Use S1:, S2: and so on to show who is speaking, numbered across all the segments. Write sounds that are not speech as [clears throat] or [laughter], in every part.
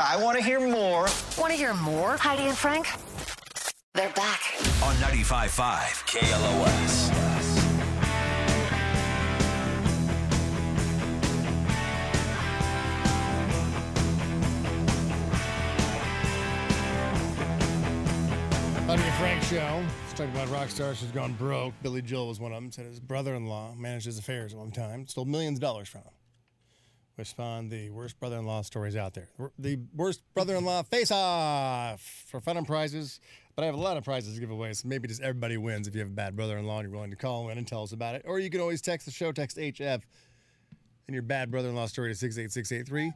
S1: I want to hear more
S2: Want to hear more, Heidi and Frank? They're back.
S3: on 95.5 KLOS.
S4: Honey and Frank show. Let's talk about rock stars who's gone broke. Billy Joel was one of them. Said his brother-in-law managed his affairs at one time, stole millions of dollars from him. Which spawned the worst brother-in-law stories out there. The worst brother-in-law face-off for fun and prizes. But I have a lot of prizes to give away, so maybe just everybody wins if you have a bad brother-in-law and you're willing to call in and tell us about it. Or you can always text the show, text HF, and your bad brother-in-law story to six eight six eight three.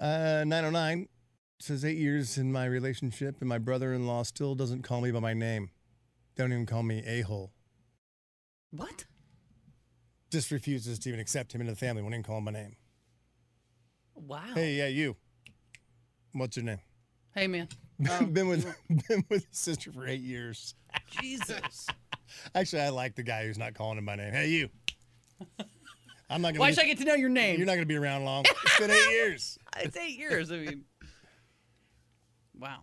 S4: Uh, 909 says eight years in my relationship, and my brother-in-law still doesn't call me by my name. Don't even call me a-hole.
S5: What?
S4: Just refuses to even accept him into the family. Won't even call him by name.
S5: Wow.
S4: Hey, yeah, you. What's your name? [laughs]
S5: Hey, man. Oh,
S4: been with [laughs] been with his sister for eight years.
S5: Jesus.
S4: Actually, I like the guy who's not calling him by name.
S5: [laughs]
S4: Hey, you. I'm not gonna.
S5: Why
S4: be-
S5: should I get to know your name?
S4: You're not gonna be around long. It's
S5: [laughs]
S4: been eight years.
S5: [laughs] It's eight years. I mean, wow.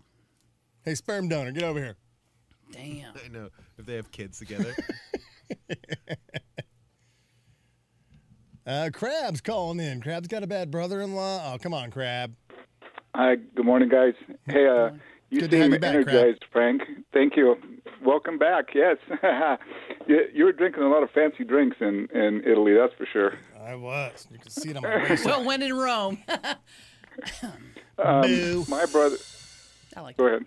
S4: Hey, sperm donor, get over here.
S5: Damn.
S6: [laughs] I know if they have
S4: [laughs]
S6: kids together.
S4: [laughs] Uh, Crab's calling in. Crab's got a bad brother-in-law. Oh, come on, Crab.
S7: Hi, good morning, guys. Hey, uh, you
S4: Good to have
S7: seem
S4: you back,
S7: energized, Frank. Thank you. Welcome back. Yes, [laughs] you, you were drinking a lot of fancy drinks in in Italy, that's for sure.
S4: I was. You can see it on my waist.
S5: Well, when in Rome. [laughs]
S4: Boo.
S7: Um, My brother,
S5: I like
S7: go ahead.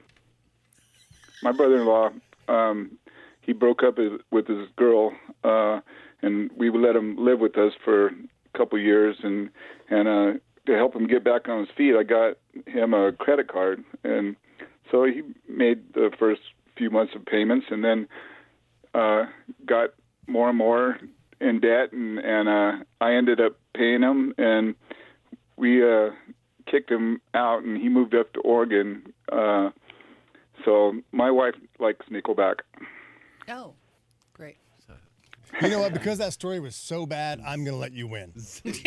S7: My brother-in-law, um, he broke up his, with his girl, uh, and we let him live with us for a couple years, and and uh, to help him get back on his feet, I got him a credit card, and so he made the first few months of payments, and then uh, got more and more in debt, and and uh, I ended up paying him, and we uh, kicked him out, and he moved up to Oregon. Uh, so my wife likes Nickelback.
S5: [laughs] Oh, great.
S4: You know what? Because that story was so bad, I'm gonna let
S7: [laughs]
S4: you win.
S6: Zig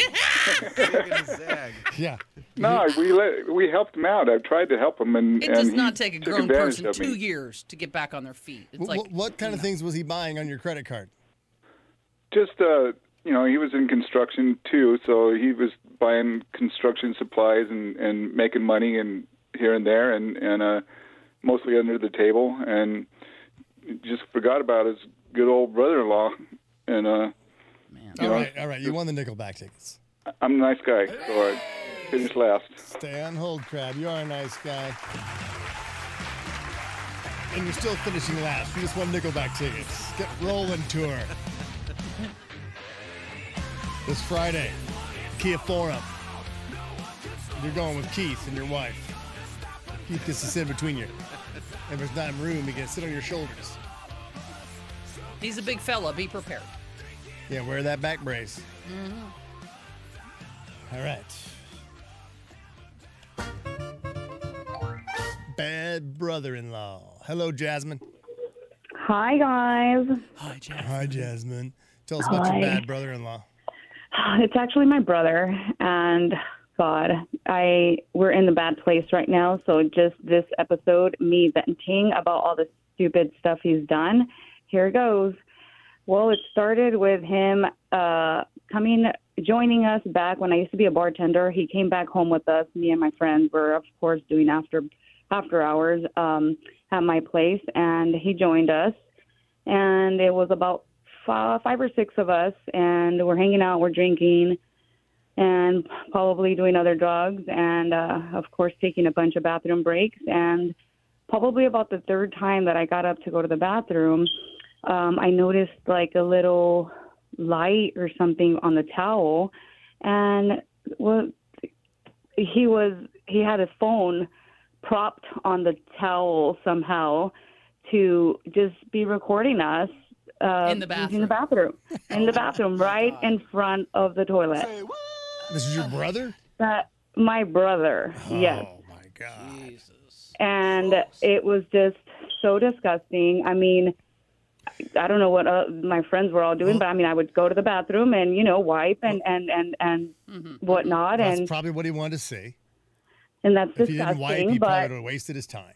S6: and zag.
S4: Yeah.
S7: No, we let, we helped him out. I tried to help him, and
S5: It
S7: and
S5: does
S7: he
S5: not take a
S7: took
S5: grown
S7: advantage
S5: person
S7: of me.
S5: two years to get back on their feet. It's
S4: Wh-
S5: like
S4: wh- what kind of things was he buying on your credit card?
S7: Just uh, you know, he was in construction too, so he was buying construction supplies and and making money and here and there, and and uh, mostly under the table, and just forgot about his good old brother-in-law, and uh,
S4: All right, all right. You won the Nickelback tickets.
S7: I'm a nice guy, so I finished last.
S4: Stay on hold, Crab. You are a nice guy. And you're still finishing last. You just won Nickelback tickets. Get rolling tour. this Friday, Kia Forum. You're going with Keith and your wife. Keith gets to sit between you. If there's not room, he can sit on your shoulders.
S5: he's a big fella. Be prepared.
S4: Yeah, wear that back brace.
S8: Mm-hmm.
S4: All right. Bad brother in law. Hello, Jasmine.
S8: Hi guys.
S5: Hi, Jack.
S4: Hi, Jasmine. Tell us about your
S8: Hi.
S4: bad brother in law.
S8: It's actually my brother and God, I we're in the bad place right now, so just this episode me venting about all the stupid stuff he's done. Here it goes. Well, it started with him uh coming joining us back when I used to be a bartender. He came back home with us. Me and my friends were of course doing after after hours um at my place and he joined us and it was about five, five or six of us, and we're hanging out, we're drinking, and probably doing other drugs, and uh, of course taking a bunch of bathroom breaks. And probably about the third time that I got up to go to the bathroom, um, I noticed like a little light or something on the towel, and well, he was he had his phone propped on the towel somehow to just be recording us uh,
S5: In the
S8: using the bathroom in the bathroom right in front of the toilet
S4: This is your brother?
S8: that my brother yes
S4: Oh, my God.
S8: and it was just so disgusting i mean I don't know what uh, my friends were all doing, but I mean, I would go to the bathroom and you know wipe and and and and whatnot,
S4: That's
S8: and
S4: probably what he wanted to see.
S8: and that's
S4: If he didn't wipe, he
S8: disgusting.
S4: probably
S8: But
S4: would have wasted his time.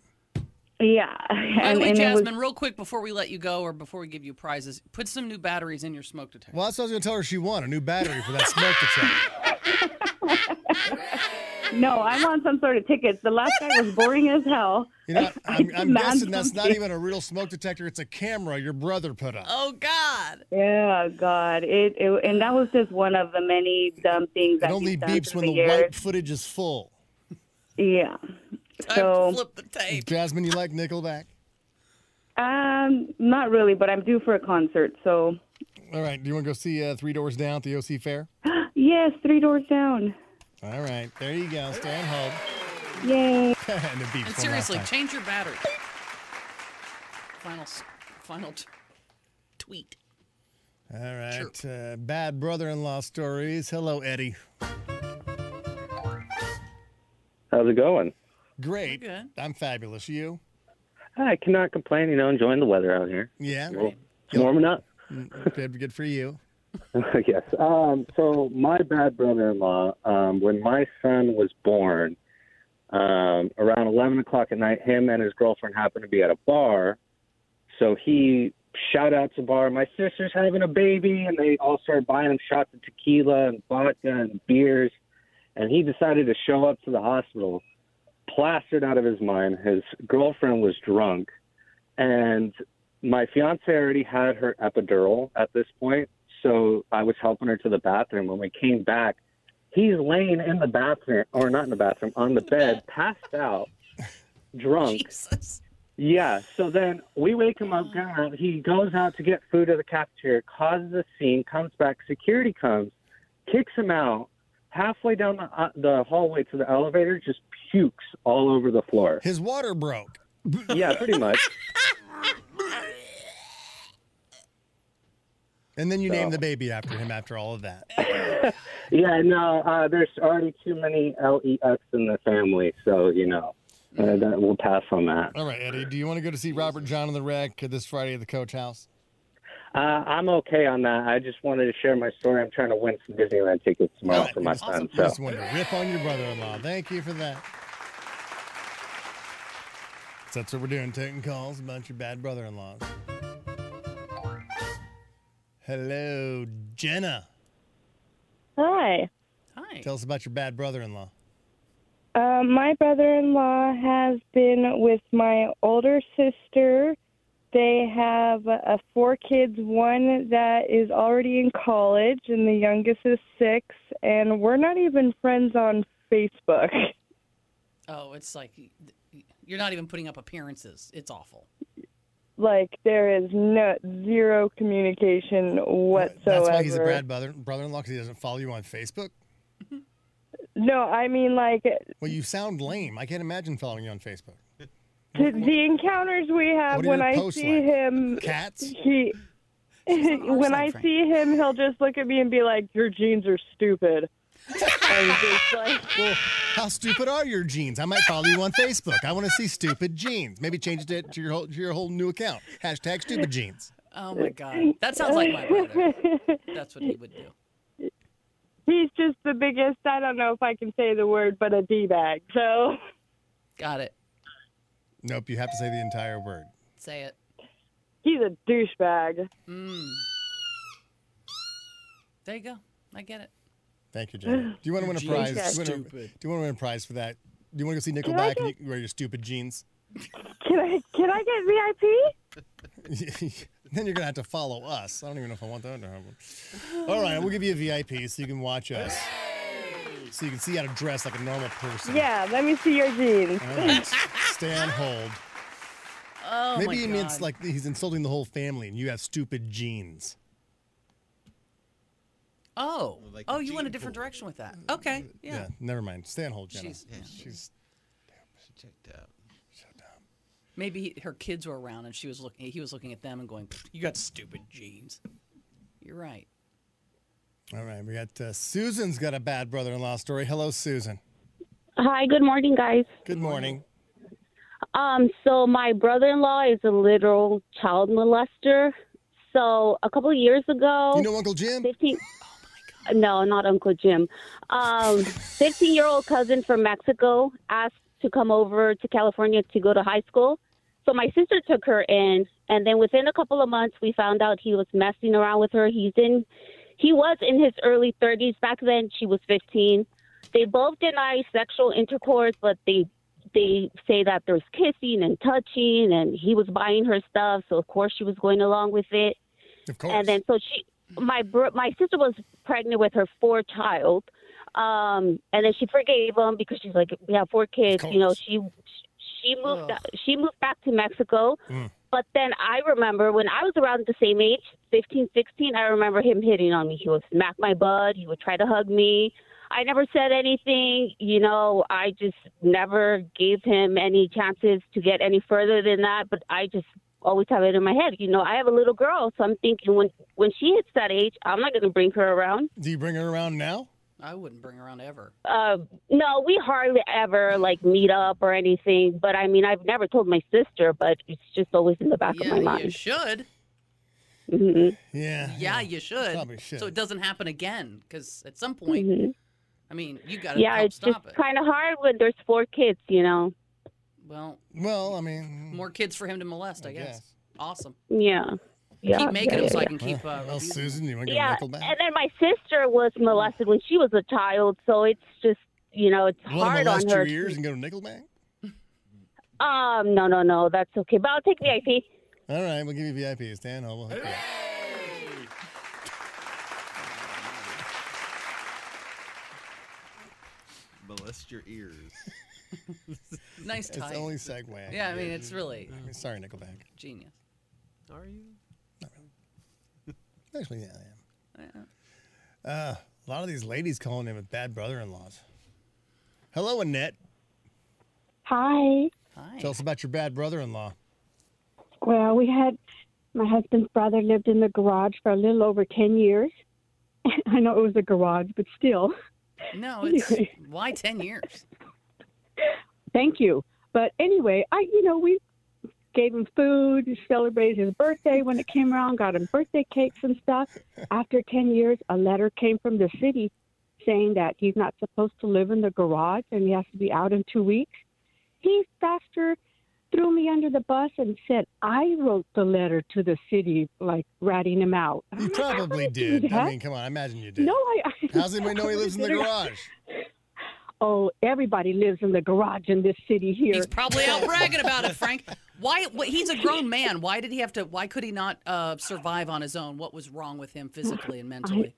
S8: yeah,
S5: By
S8: [laughs] and,
S5: the way,
S8: and it was
S5: Jasmine, real quick before we let you go or before we give you prizes, put some new batteries in your smoke detector.
S4: Well, that's what I was going to tell her she won a new battery for that smoke detector.
S8: no, I'm on some sort of tickets. The last guy was boring as hell.
S4: [laughs]
S8: [laughs]
S4: You know, I'm, I'm
S8: Not
S4: guessing that's not
S8: something.
S4: even a real smoke detector. It's a camera your brother put up.
S5: Oh God!
S8: Yeah, God, it, it and that was just one of the many dumb things
S4: it
S8: that
S4: only
S8: he's done
S4: beeps
S8: through
S4: when the
S8: the years.
S4: white footage is full.
S8: Yeah,
S5: Time
S8: So-
S5: to flip the tape.
S4: Jasmine, you like Nickelback?
S8: um, not really, but I'm due for a concert, so
S4: All right. Do you want to go see uh, Three Doors Down at the OC Fair?
S8: [gasps] yes, three doors down.
S4: All right. There you go. Stay on hold.
S8: Yay.
S4: [laughs] and it
S5: And
S4: beeps one last
S5: seriously,
S4: time.
S5: change your battery. Final, s- final t- tweet.
S4: All right. Uh, bad brother in law stories. Hello, Eddie.
S1: How's it going?
S4: Great.
S5: We're good.
S4: I'm fabulous. You?
S1: I cannot complain. You know, enjoying the weather out here.
S4: Yeah.
S1: It's warming up. [laughs]
S4: Mm, Good, good for you.
S1: yes. Um, so my bad brother-in-law, um, when my son was born, um, around eleven o'clock at night, him and his girlfriend happened to be at a bar. So he shout out to the bar. My sister's having a baby, and they all started buying him shots of tequila and vodka and beers. And he decided to show up to the hospital, plastered out of his mind. His girlfriend was drunk, and my fiance already had her epidural at this point, so I was helping her to the bathroom. When we came back, he's laying in the bathroom, or not in the bathroom, on the bed, passed out, drunk.
S5: Jesus.
S1: Yeah. So then we wake him up. God, he goes out to get food at the cafeteria, causes a scene, comes back. Security comes, kicks him out. Halfway down the, uh, the hallway to the elevator, just pukes all over the floor.
S4: His water broke. [laughs]
S1: Yeah, pretty much.
S4: And then you
S1: So-
S4: named the baby after him after all of that.
S1: Yeah, no, uh, there's already too many LEX in the family, so you know, uh, that we'll pass on that.
S4: All right, Eddie. Do you want to go to see Robert John and the Wreck this Friday at the Coach House?
S1: Uh, I'm okay on that. I just wanted to share my story. I'm trying to win some Disneyland tickets tomorrow
S4: Alright,
S1: for my
S5: awesome.
S1: son.
S4: I just
S1: So
S4: wanted to rip on your brother-in-law. Thank you for that. So that's what we're doing, taking calls about your bad brother-in-laws. Hello, Jenna.
S9: Hi.
S5: Hi.
S4: Tell us about your bad brother-in-law.
S9: Um, my brother in law has been with my older sister. They have uh, four kids, one that is already in college, and the youngest is six, and we're not even friends on Facebook. [laughs]
S5: Oh, it's like you're not even putting up appearances. It's awful.
S9: Like, there is no zero communication whatsoever.
S4: That's why he's a bad brother brother-in-law because he doesn't follow you on Facebook.
S9: No, I mean, like,
S4: Well, you sound lame. I can't imagine following you on Facebook.
S9: the, the encounters we have
S4: What are
S9: when
S4: your
S9: I
S4: posts
S9: see
S4: like?
S9: him
S4: Cats.
S9: he [laughs] when I
S5: Frank.
S9: see him, he'll just look at me and be like, "Your jeans are stupid." and just like,
S4: Well, how stupid are your jeans? I might follow you on Facebook. I want to see stupid jeans. Maybe change it to your whole, to your whole new account. Hashtag stupid jeans.
S5: Oh my
S4: [laughs]
S5: God. That sounds like my brother. That's what he would do.
S9: he's just the biggest. I don't know if I can say the word, but a d bag. So
S5: Got it.
S4: Nope, you have to say the entire word.
S5: Say it.
S9: he's a douchebag.
S5: Mm. There you go. I get it.
S4: Thank you, Jenna. Do you
S9: [sighs]
S4: want to win a
S5: Jeans
S4: prize?
S9: are
S4: Do you wanna- Do you want to win a prize for that? Do you want to go see Nickelback and you wear your stupid jeans?
S9: Can I can I get VIP?
S4: [laughs] then you're gonna have to follow us. I don't even know if I want that to happen. All right, we'll give you a VIP so you can watch us, so you can see how to dress like a normal person.
S9: Yeah, let me see your jeans.
S4: All right, stay on
S9: [laughs]
S4: hold.
S5: Oh my
S4: Maybe he
S5: God.
S4: means like he's insulting the whole family, and you have stupid jeans.
S5: oh,
S6: Like
S5: oh,
S6: a
S5: you went a
S6: gene
S5: different
S6: pool.
S5: direction with that. Okay.
S4: Mm, Yeah.
S5: Yeah.
S4: never mind. Stay on hold, Jenna.
S5: She's- yeah.
S4: She's
S6: She checked out.
S5: Maybe her kids were around and she was looking. He was looking at them and going, "Pfft, "You got stupid jeans." You're right.
S4: all right. We got uh, Susan's got a bad brother-in-law story. Hello, Susan.
S10: Hi, good morning, guys.
S4: Good morning.
S10: Um, so my brother-in-law is a literal child molester. So a couple years ago,
S4: you know Uncle Jim.
S10: 15, No, not Uncle Jim. Um, 15 year old cousin from Mexico asked to come over to California to go to high school. So my sister took her in, and then within a couple of months, we found out he was messing around with her. He's in, he was in his early 30s back then. She was 15. They both deny sexual intercourse, but they they say that there's kissing and touching, and he was buying her stuff. So of course she was going along with it.
S4: Of
S10: course. And then so she, my bro, my sister was pregnant with her fourth child, um, and then she forgave him because she's like, we have four kids. You know, she she moved she moved back to Mexico. But then I remember when I was around the same age, 15, 16, I remember him hitting on me. He would smack my butt. He would try to hug me. I never said anything. You know, I just never gave him any chances to get any further than that. But I just always have it in my head. You know, I have a little girl, so I'm thinking when when she hits that age, I'm not going to bring her around.
S4: Do you bring her around now?
S5: I wouldn't bring her around ever.
S10: Uh, no, we hardly ever like meet up or anything. But I mean, I've never told my sister, but it's just always in the back of my
S5: Yeah, you
S10: mind.
S5: should.
S10: hmm
S4: Yeah.
S5: Yeah, you should.
S4: Probably should.
S5: So it doesn't happen again. Because at some point,
S10: Mhm.
S5: I mean, you got to
S10: Yeah,
S5: help
S10: it's just
S5: stop it.
S10: kind of hard when there's four kids, you know.
S5: Well,
S4: well, I mean,
S5: more kids for him to molest. I, guess. Awesome.
S10: Yeah. Yeah.
S5: keep making
S10: yeah,
S5: them so
S10: yeah,
S5: I
S10: yeah.
S5: can keep. Uh,
S4: Well,
S5: abusing
S4: Susan, you want to get
S10: Yeah,
S4: knuckle back?
S10: and then my sister was molested when she was a child, so it's just you know it's
S4: You want to
S10: hard on
S4: molest
S10: her.
S4: your ears and go to Nickelback?
S10: Um, no, no, no, that's okay. But I'll take the IP.
S4: All right, we'll give you VIP. Stan Ho. We'll hook you up.
S6: Molest your
S4: [laughs]
S6: ears.
S5: them. Nice
S4: It's
S5: tie.
S4: the only segue. I can
S5: Yeah, I
S4: do.
S5: mean, it's really
S4: I mean, sorry, Nickelback.
S5: genius.
S6: Are you?
S4: Actually, yeah, I am. Uh, a lot of these ladies calling in with bad brother-in-laws. Hello, Annette.
S11: Hi.
S5: Hi.
S4: Tell us about your bad brother-in-law.
S11: Well, we had my husband's brother lived in the garage for a little over 10 years. [laughs] I know it was a garage, but still.
S10: [laughs]
S5: No, it's
S11: Anyway.
S5: why ten years?
S11: Thank you. But anyway, I you know, we gave him food, celebrated his birthday when it came around, got him birthday cakes and stuff. After 10 years, a letter came from the city saying that he's not supposed to live in the garage and he has to be out in 2 weeks. He faster threw me under the bus and said I wrote the letter to the city like ratting him out. [laughs]
S4: You probably
S11: do
S4: did. I
S11: that?
S4: mean, come on, I imagine you did.
S11: No, I, [laughs] I
S4: How's anybody know he lives in the
S11: Literally.
S4: garage?
S11: Oh, everybody lives in the garage in this city here.
S5: He's probably
S11: [laughs]
S5: out bragging about it, Frank. Why? What, he's a grown man. Why did he have to? Why could he not uh, survive on his own? What was wrong with him physically and mentally?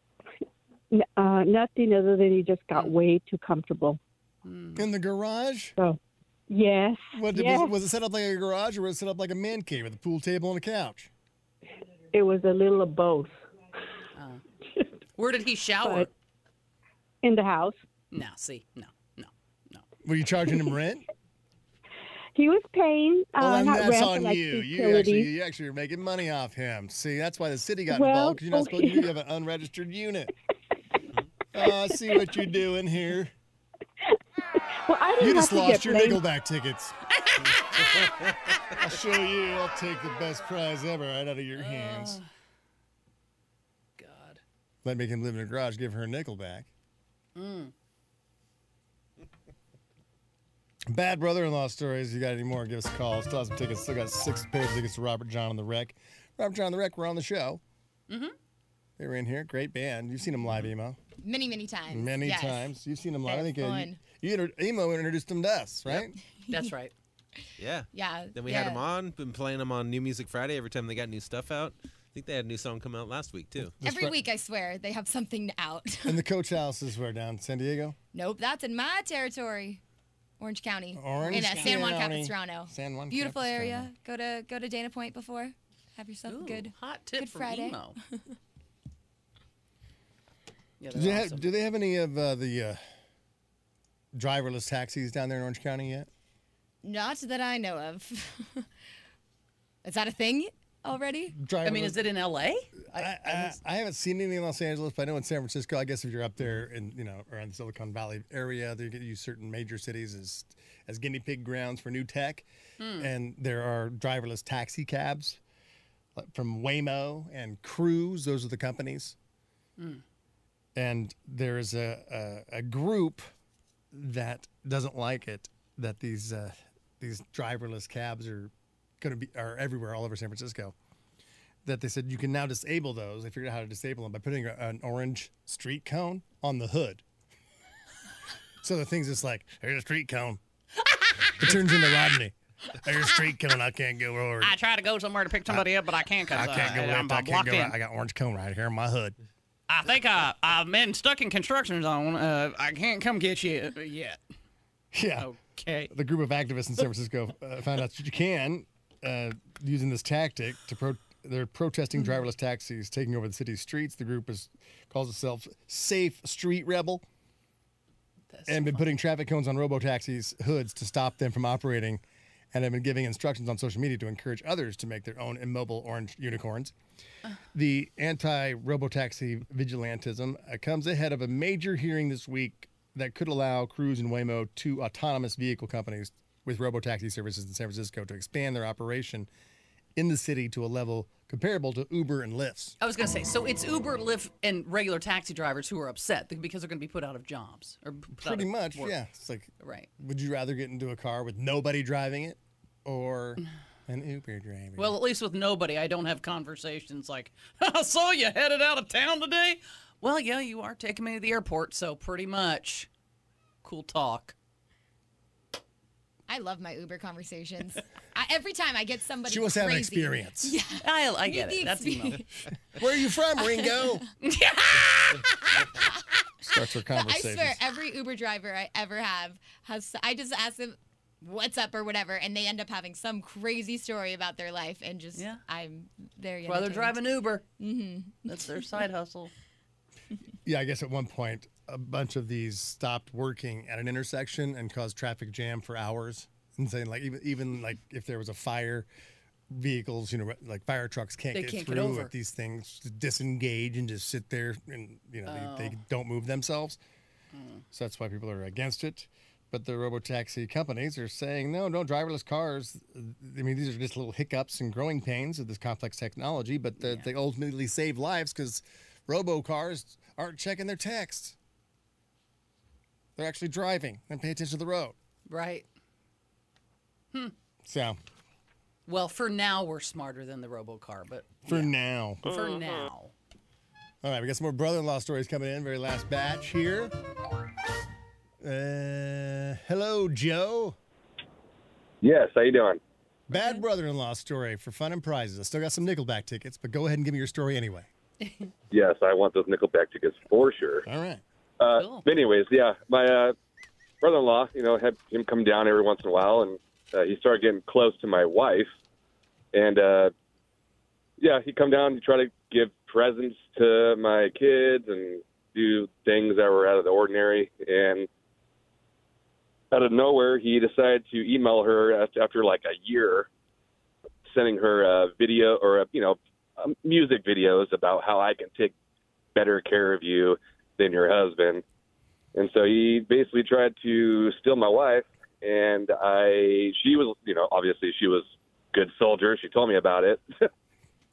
S5: Hmm.
S11: N- uh, nothing other than he just got way too comfortable.
S4: In the garage?
S11: So, yes,
S4: What,
S11: yes,
S4: was, was it set up like a garage or was it set up like a man cave with a pool table and a couch?
S11: it was a little of both
S5: Where did he shower?
S11: in the house.
S5: No, see, no, no.
S4: Were you charging him rent?
S11: He was paying [laughs] uh,
S4: well, then
S11: not
S4: Oh, that's
S11: rent,
S4: on
S11: but, like
S4: you. You actually,
S11: utilities.
S4: you actually are making money off him. See, that's why the city got
S11: Well,
S4: involved because you're not supposed to.
S11: okay.
S4: You have an unregistered unit. Oh, I see what you're doing here.
S11: well, I didn't
S4: You just
S11: have to
S4: lost
S11: get
S4: your
S11: blamed.
S4: Nickelback tickets. [laughs] I'll show you. I'll take the best prize ever right out of your hands.
S5: God.
S4: Let me make him live in a garage. Give her a nickel back.
S5: Mm.
S4: Bad brother-in-law stories. You got any more? Give us a call. Still have some tickets. Still got six pair of tickets to Robert John and the Wreck. Robert John and the Wreck were on the show.
S12: Mhm.
S4: They were in here. Great band. You've seen them live, Emo.
S12: Many, many times.
S4: Many
S12: Mm-hmm. Yes. [laughs]
S4: times. You've seen them live.
S12: They're
S4: I think uh, you,
S12: fun.
S4: you inter- Emo introduced them to us,
S12: [laughs]
S4: right?
S5: That's right.
S6: Yeah.
S4: Uh,
S12: Yeah.
S6: Then we
S12: yeah.
S6: had them on. Been playing them on New Music Friday every time they got new stuff out. I think they had a new song come out last week too.
S4: That's
S12: Every
S4: right.
S12: week, I swear, they have something out. [laughs]
S4: And the coach house is where down in San Diego.
S12: nope, that's in my territory. Orange County.
S4: Orange
S12: in uh, San Juan
S4: County.
S12: Capistrano.
S4: San Juan
S12: Beautiful
S4: Capistrano.
S12: area. Go to go to Dana Point before. Have yourself a good
S5: hot tip
S12: good
S5: from
S12: Friday.
S5: Emo. [laughs] Yeah,
S4: Do they,
S5: they're
S4: have,
S5: awesome.
S4: do they have any of uh, the uh, driverless taxis down there in Orange County yet?
S12: [laughs] Not that I know of. [laughs] Is that a thing already?
S5: I mean, is it in L.A.?
S4: I, I, I haven't seen any in Los Angeles, but I know in San Francisco. I guess if you're up there in you know around the Silicon Valley area, they could use certain major cities as as
S13: Mm.
S4: Hmm. guinea pig grounds for new tech, and there are driverless taxi cabs like from Waymo and Cruise. Those are the companies.
S5: Mm.
S4: And there is a, a, a group that doesn't like it that these uh, these driverless cabs are going to be are everywhere all over San Francisco. That they said you can now disable those. They figured out how to disable them by putting a, an orange street cone on the hood. [laughs] so the thing's just like here's a street cone. [laughs] it turns into Rodney. Here's a street cone. I can't go over. it.
S5: I try to go somewhere to pick somebody up, but I can't because
S4: I can't go
S5: uh, I'm
S4: left. I
S5: uh,
S4: can't
S5: blocked
S4: go
S5: in.
S4: right. I got orange cone right here in my hood.
S5: I think uh, I've been stuck in construction zone. Uh, I can't come get you uh, yet.
S4: [laughs] Yeah.
S5: Okay.
S4: The group of activists in San Francisco uh, found out that you can uh, using this tactic to pro. They're protesting driverless taxis taking over the city's streets. The group is calls itself Safe Street Rebel, and been putting traffic cones on robo taxis hoods to stop them from operating, and have been giving instructions on social media to encourage others to make their own immobile orange unicorns. The anti robotaxi vigilantism uh, comes ahead of a major hearing this week that could allow Cruise and Waymo, two autonomous vehicle companies with robotaxi services in San Francisco, to expand their operation in the city to a level comparable to Uber and Lyft's.
S5: I was going to say, so it's Uber, Lyft, and regular taxi drivers who are upset because they're going to be put out of jobs. or put out
S4: Pretty
S5: of
S4: much,
S5: work.
S4: yeah. It's like,
S5: Right.
S4: would you rather get into a car with nobody driving it or an Uber driver?
S5: Well, at least with nobody, I don't have conversations like, [laughs] I saw you headed out of town today. Well, yeah, you are taking me to the airport, so pretty much cool talk.
S12: I love my Uber conversations. I, every time I get somebody,
S5: She wants to have an
S12: crazy.
S5: experience.
S12: [laughs] Yeah,
S5: I, I get
S12: the
S5: it.
S12: [laughs]
S5: That's
S12: experience.
S5: emo.
S4: Where are you from, Ringo? Starts
S12: [laughs]
S4: her
S12: I
S4: conversation.
S12: swear, every Uber driver I ever have has. I just ask them, "What's up?" or whatever, and they end up having some crazy story about their life, and just I'm there.
S5: Well, they're driving Uber.
S12: Mm-hmm.
S5: That's their side hustle.
S4: Yeah, I guess at one point a bunch of these stopped working at an intersection and caused traffic jam for hours. And saying like even even like if there was a fire, vehicles you know like fire trucks can't
S5: They
S4: get
S5: can't get
S4: through
S5: over.
S4: if these things disengage and just sit there and you know they, they
S5: Oh.
S4: don't move themselves.
S5: Mm.
S4: So that's why people are against it. But the robotaxi companies are saying, no, no, driverless cars. I mean, these are just little hiccups and growing pains of this complex technology, but the, they ultimately save lives because robo cars aren't checking their texts. They're actually driving and pay attention to the road.
S5: Right. Hmm.
S4: So
S5: Well, for now, we're smarter than the robocar, but
S4: for now.
S5: for now.
S4: All right, we got some more brother in law stories coming in. Very last batch here. Uh, hello, Joe.
S14: Yes, how you doing?
S4: Bad brother-in-law story for fun and prizes. I still got some Nickelback tickets, but go ahead and give me your story
S14: [laughs]
S4: anyway.
S14: Yes, I want those Nickelback tickets for sure.
S4: All right.
S14: Uh, But anyways, yeah, my uh, brother-in-law, you know, had him come down every once in a while, and uh, he started getting close to my wife, and uh, yeah, he come down to try to give presents to my kids and do things that were out of the ordinary, and out of nowhere, he decided to email her after, after like a year, sending her a video or a, you know, um, music videos about how I can take better care of you than your husband. And so he basically tried to steal my wife, and I, she was, you know, obviously she was good soldier. She told me about it. [laughs]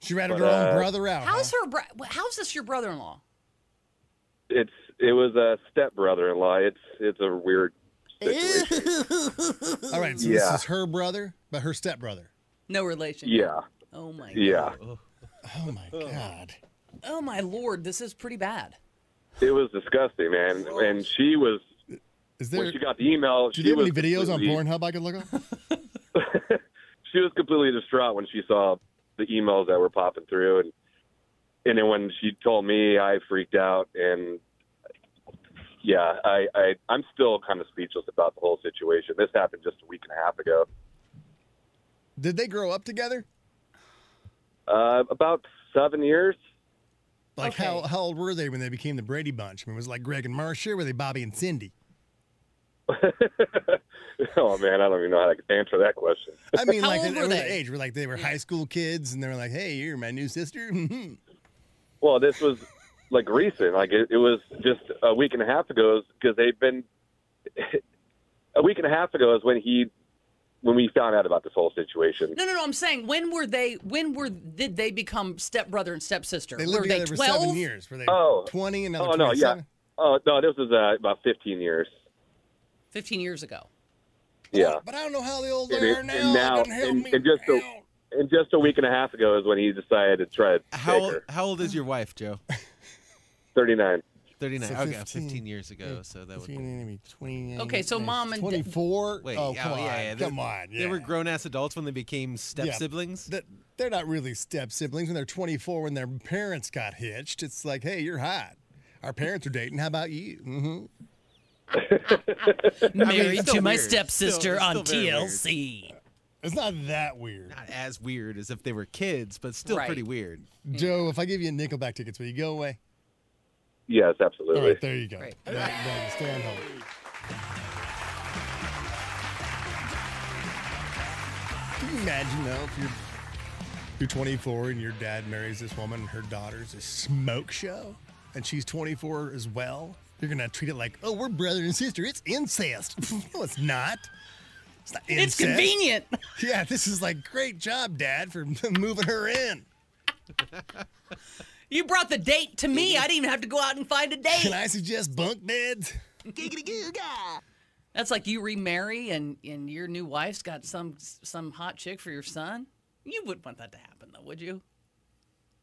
S4: She ratted
S14: But,
S4: her own
S14: uh,
S4: brother out.
S5: How's her? Bro- wh- how's this your brother-in-law?
S14: It's it was a stepbrother in law. It's it's a weird situation.
S4: All right, so
S14: Yeah.
S4: this is her brother, but her stepbrother.
S5: No relation.
S14: Yeah.
S5: Oh my.
S14: Yeah.
S5: God.
S4: Oh my God.
S5: Oh my lord, this is pretty bad.
S14: It was disgusting, man. And she was
S4: Is
S14: when she got the email.
S4: Do
S14: she
S4: you have
S14: was
S4: any videos on
S14: completely-
S4: Pornhub I could look
S14: [laughs]
S4: up?
S14: She was completely distraught when she saw the emails that were popping through, and and then when she told me, I freaked out, and yeah, I, I I'm still kind of speechless about the whole situation. This happened just a week and a half ago.
S4: Did they grow up together?
S14: Uh, about seven years. [laughs]
S4: Like how how old were they when they became the Brady Bunch? I mean, was it like Greg and Marcia? Were they Bobby and Cindy?
S14: Oh man, I don't even know how to answer that question. [laughs]
S4: I mean, like
S14: old
S4: they-
S14: were
S4: were the
S14: they?
S4: age. Were like they were high school kids, and they were like, "Hey, you're my new
S14: [laughs]
S4: sister." [laughs] Mhm.
S14: Well, this was like recent. Like it, it was just a week and a [laughs] half ago because they've been a week and a half ago is when he when we found out about this whole situation.
S5: No, no, no. I'm saying when were they? When were did they become stepbrother and stepsister?
S4: They lived
S5: were
S4: together
S5: they
S4: for
S5: 12?
S4: seven years. Were they
S14: Oh.
S4: 20 and now
S14: Oh
S4: they're
S14: no, yeah.
S4: 27?
S14: Oh no, this was uh, about 15 years.
S5: 15 years ago.
S14: Yeah.
S4: But I don't know how the old
S14: And,
S4: they are
S14: it-
S4: now.
S14: and now,
S4: Doesn't help
S14: and,
S4: me.
S14: and just a, and just a week and a half ago is when he decided to try to
S6: How
S14: take
S6: old,
S14: her.
S6: how
S4: [laughs]
S6: old is your wife, Joe?
S14: 39.
S6: 39.
S14: So
S6: okay,
S14: 15.
S6: 15 years ago. So that would be.
S4: Maybe 20.
S5: Okay, so mom and d-
S4: 24.
S6: Wait,
S4: oh, come on.
S6: yeah, yeah,
S4: Come
S6: they,
S4: on.
S6: They
S4: yeah.
S6: were grown ass adults when they became step
S4: Yeah.
S6: siblings.
S4: That they're not really step siblings when they're 24 when their parents got hitched. It's like, hey, you're hot. Our parents are dating. How about you? Mm-hmm.
S5: [laughs] Married to my stepsister on TLC.
S4: It's not that weird.
S6: Not as weird as if they were kids, but still pretty
S4: Right.
S6: weird.
S4: Joe, if I give you a Nickelback tickets, will you go away?
S14: Yes, absolutely.
S4: All right, there you go. That, that is Stan Hall. Can you imagine though if you're you're 24 and your dad marries this woman and her daughter's a smoke show and she's 24 as well? You're gonna treat it like, oh, we're brother and sister. It's incest. [laughs] no, it's not. It's not
S5: It's
S4: incest.
S5: convenient.
S4: [laughs] Yeah, this is like great job, Dad, for [laughs] moving her in.
S5: You brought the date to me. I didn't even have to go out and find a date. Can
S4: I suggest bunk beds?
S5: That's like you remarry and and your new wife's got some some hot chick for your son. You wouldn't want that to happen though, would you?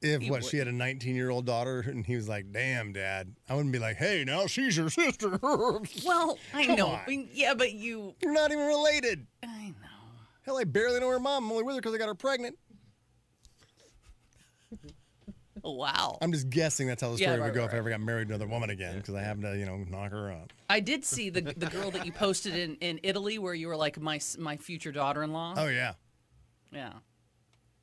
S4: If
S5: He
S4: what she had a 19 year old daughter and he was like, "Damn, Dad," I wouldn't be like, "Hey, now she's your sister." [laughs]
S5: well, I know. I mean, yeah, but you
S4: you're not even related.
S5: I know.
S4: Hell, I barely know her mom. I'm only with her because I got her pregnant.
S5: [laughs] Wow.
S4: I'm just guessing that's how the
S5: Yeah,
S4: story would
S5: right,
S4: go
S5: right,
S4: if I ever got married to another woman again because I happened to, you know, knock her up.
S5: I did see the the girl that you posted in in Italy where you were like my s- my future daughter-in-law.
S4: Oh yeah,
S5: Yeah.
S4: Uh,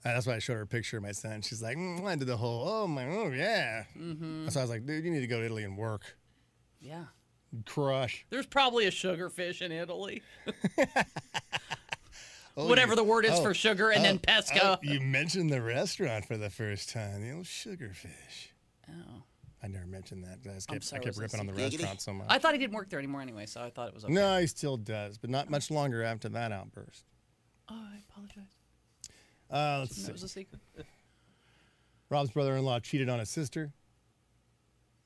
S4: that's why I showed her a picture of my son. She's like, mm, I did the whole, oh my, oh yeah.
S5: Mhm.
S4: So I was like, dude, you need to go to Italy and work,
S5: Yeah.
S4: crush.
S5: There's probably a sugarfish in Italy.
S4: [laughs] Oh,
S5: Whatever
S4: you-
S5: the word is
S4: oh,
S5: for sugar and
S4: oh,
S5: then pesca.
S4: oh, you mentioned the restaurant for the first time, the old Sugarfish.
S5: Oh.
S4: I never mentioned that. 'cause I, just
S5: I'm
S4: kept,
S5: sorry,
S4: I kept
S5: was
S4: ripping on the
S5: secret?
S4: restaurant so much.
S5: I thought he didn't work there anymore anyway, so I thought it was okay.
S4: No, he still does, but not much longer after that outburst.
S5: Oh, I apologize.
S4: Uh, let's
S5: That was
S4: see.
S5: a secret.
S4: Rob's brother-in-law cheated on his sister.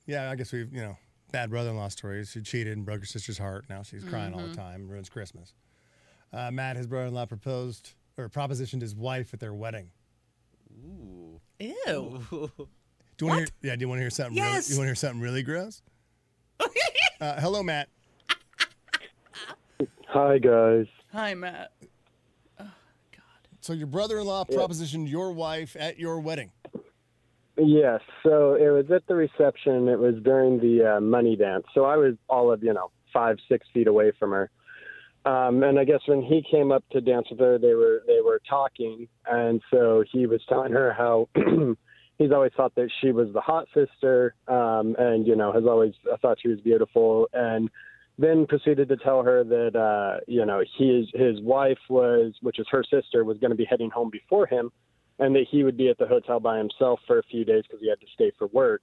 S4: Yeah, I guess we've you know bad brother-in-law stories. She cheated and broke her sister's heart. Now she's crying all
S5: Mm-hmm.
S15: Mhm.
S4: the time. and Ruins Christmas. Uh, Matt, his brother-in-law, proposed or propositioned his wife at their wedding.
S6: Ooh.
S5: Ew.
S6: [laughs]
S4: Do you want to hear? Yeah, do you want to hear something?
S5: Yes.
S4: Really, you want to hear something really
S5: [laughs]
S4: gross? uh, hello, Matt.
S13: Hi guys.
S5: Hi, Matt. Oh,
S4: So your brother-in-law
S13: Yeah.
S4: propositioned your wife at your wedding.
S13: Yes, so it was at the reception. It was during the uh, money dance. So I was all of you know five, six feet away from her. Um, and I guess when he came up to dance with her, they were they were talking, and so he was telling her how [clears throat] he's always thought that she was the hot sister, um, and you know has always uh, thought she was beautiful, and then proceeded to tell her that uh, you know his his wife was, which is her sister, was going to be heading home before him, and that he would be at the hotel by himself for a few days because he had to stay for work.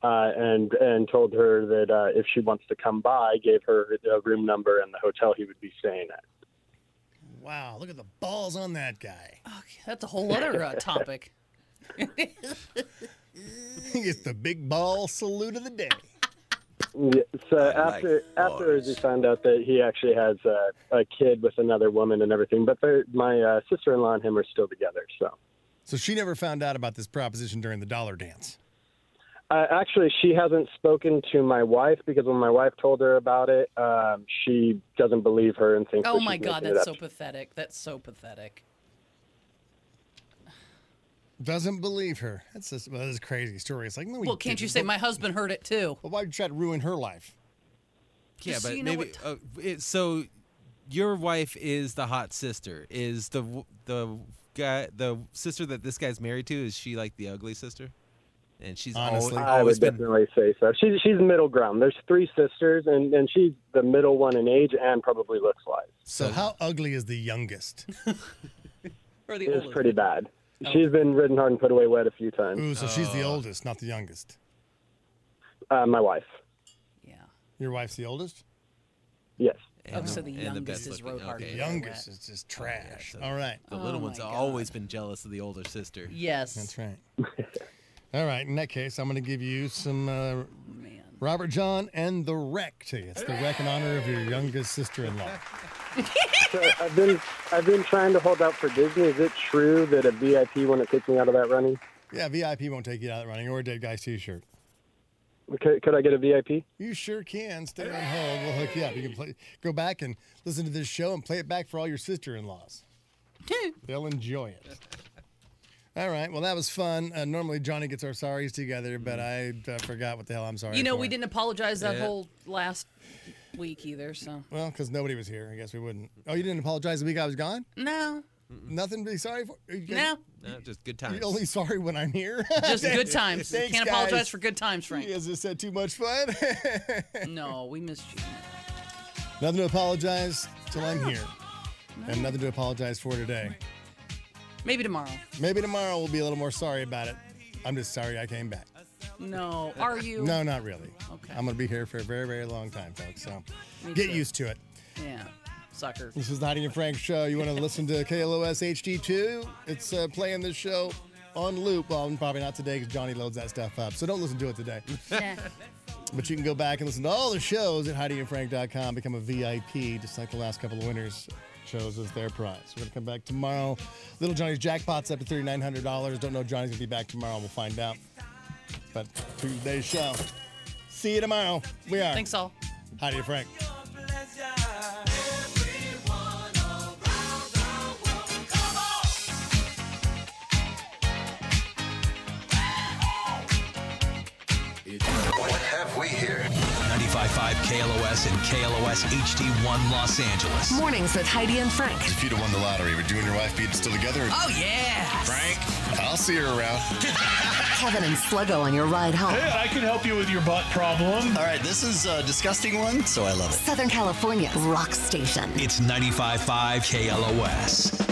S13: Uh, and and told her that uh, if she wants to come by, gave her the room number and the hotel he would be staying at.
S4: Wow, look at the balls on that guy.
S5: Okay, that's a whole other uh,
S4: [laughs]
S5: topic.
S4: He gets the big ball salute of the day.
S13: Yeah, so
S4: like
S13: after afterwards, we found out that he actually has a, a kid with another woman and everything. But they're- my uh, sister-in-law and him are still together. So
S4: So she never found out about this proposition during the dollar dance.
S13: uh, actually, she hasn't spoken to my wife because when my wife told her about it, um, she doesn't believe her and thinks.
S5: Oh
S13: that
S5: my
S13: she's
S5: God,
S13: making
S5: that's
S13: it
S5: so
S13: up.
S5: pathetic. That's so pathetic.
S4: Doesn't believe her. That's just, well, that's a crazy story. It's like, no,
S5: Well, can't you say my husband heard it too?
S4: But why would you try to ruin her life?
S6: Yeah,
S5: Just so
S6: but
S5: you know
S6: maybe uh, it, so. Your wife is the hot sister. Is the w- the guy the sister that this guy's married to? Is she like the ugly sister? And she's always,
S13: I
S6: always
S13: would
S6: been
S13: definitely say so. She's she's middle ground. There's three sisters, and and she's the middle one in age and probably looks wise.
S4: So how ugly is the
S6: [laughs]
S4: youngest?
S5: Or
S13: It was pretty bad. She's been ridden hard and put away wet a few times.
S4: Ooh, so she's
S6: Oh.
S4: the oldest, not the youngest.
S13: Uh, my wife.
S4: Your wife's the oldest?
S13: Yes.
S5: Oh, so the
S6: and
S5: youngest
S6: best
S5: is
S6: looking.
S5: road hardy.
S6: Okay.
S5: The
S4: youngest is just trash. All right.
S6: The
S4: Oh
S6: little
S4: my
S6: one's always been jealous of the older sister.
S5: Yes.
S4: That's right. [laughs] All right. In that case, I'm going to give you some uh, Robert John and the Wreck to you. It's the Wreck in honor of your youngest
S6: [laughs]
S4: sister-in-law.
S13: so I've been I've been trying to hold out for Disney. Is it true that a VIP wouldn't take me out of that running?
S4: Yeah, VIP won't take you out running or a dead guy's t-shirt.
S13: Could, could I get a VIP?
S4: You sure can. Stay on hold. We'll hook you up. You can play, go back and listen to this show and play it back for all your sister-in-laws. They'll enjoy it. All right. Well, that was fun. Uh, normally Johnny gets our sorries together, but I uh, forgot what the hell I'm sorry.
S5: You know,
S4: for.
S5: we didn't apologize that
S4: Yeah.
S5: whole last week either. So
S4: Well, because nobody was here. I guess we wouldn't. Oh, you didn't apologize the week I was gone?
S5: no,
S4: Nothing to be sorry for? You guys-
S5: no,
S6: No, Uh, just good times.
S4: You're only sorry when I'm here.
S5: [laughs]
S4: [laughs]
S5: just good times.
S4: Thanks,
S5: Can't
S4: guys.
S5: apologize for good times, Frank.
S4: You guys just had too much fun. [laughs]
S5: no, we missed you.
S4: Nothing to apologize till I'm here. And nothing to apologize for today.
S5: Maybe tomorrow.
S4: Maybe tomorrow we'll be a little more sorry about it. I'm just sorry I came back.
S5: No, are you?
S4: No, not really.
S5: Okay.
S4: I'm going to be here for a very, very long time, folks. So
S5: Me
S4: get
S5: too.
S4: used to it.
S5: Yeah, sucker.
S4: This is the Heidi and Frank show. You want to listen to KLOS HD2? It's uh, playing this show on loop. Well, probably not today because Johnny loads that stuff up. So don't listen to it today. But you can go back and listen to all the shows at HeidiandFrank.com. Become a VIP, just like the last couple of winners chose as their prize. We're going to come back tomorrow. Little Johnny's jackpot's up to $3,900. Don't know if Johnny's going to be back tomorrow. We'll find out. But Tuesday's show. See you tomorrow. We are.
S5: Thanks all.
S4: Heidi and Frank.
S3: What have we here? 95.5 KLOS and KLOS HD1 Los Angeles.
S2: Mornings with Heidi and Frank.
S15: If you'd have won the lottery, would you and your wife be still together?
S2: Oh, yeah.
S15: Frank, I'll see her around.
S2: Kevin and Sluggo on your ride home.
S15: I can help you with your butt problem. All right, this is a disgusting one, so I love it.
S2: Southern California rock station.
S3: It's 95.5 KLOS.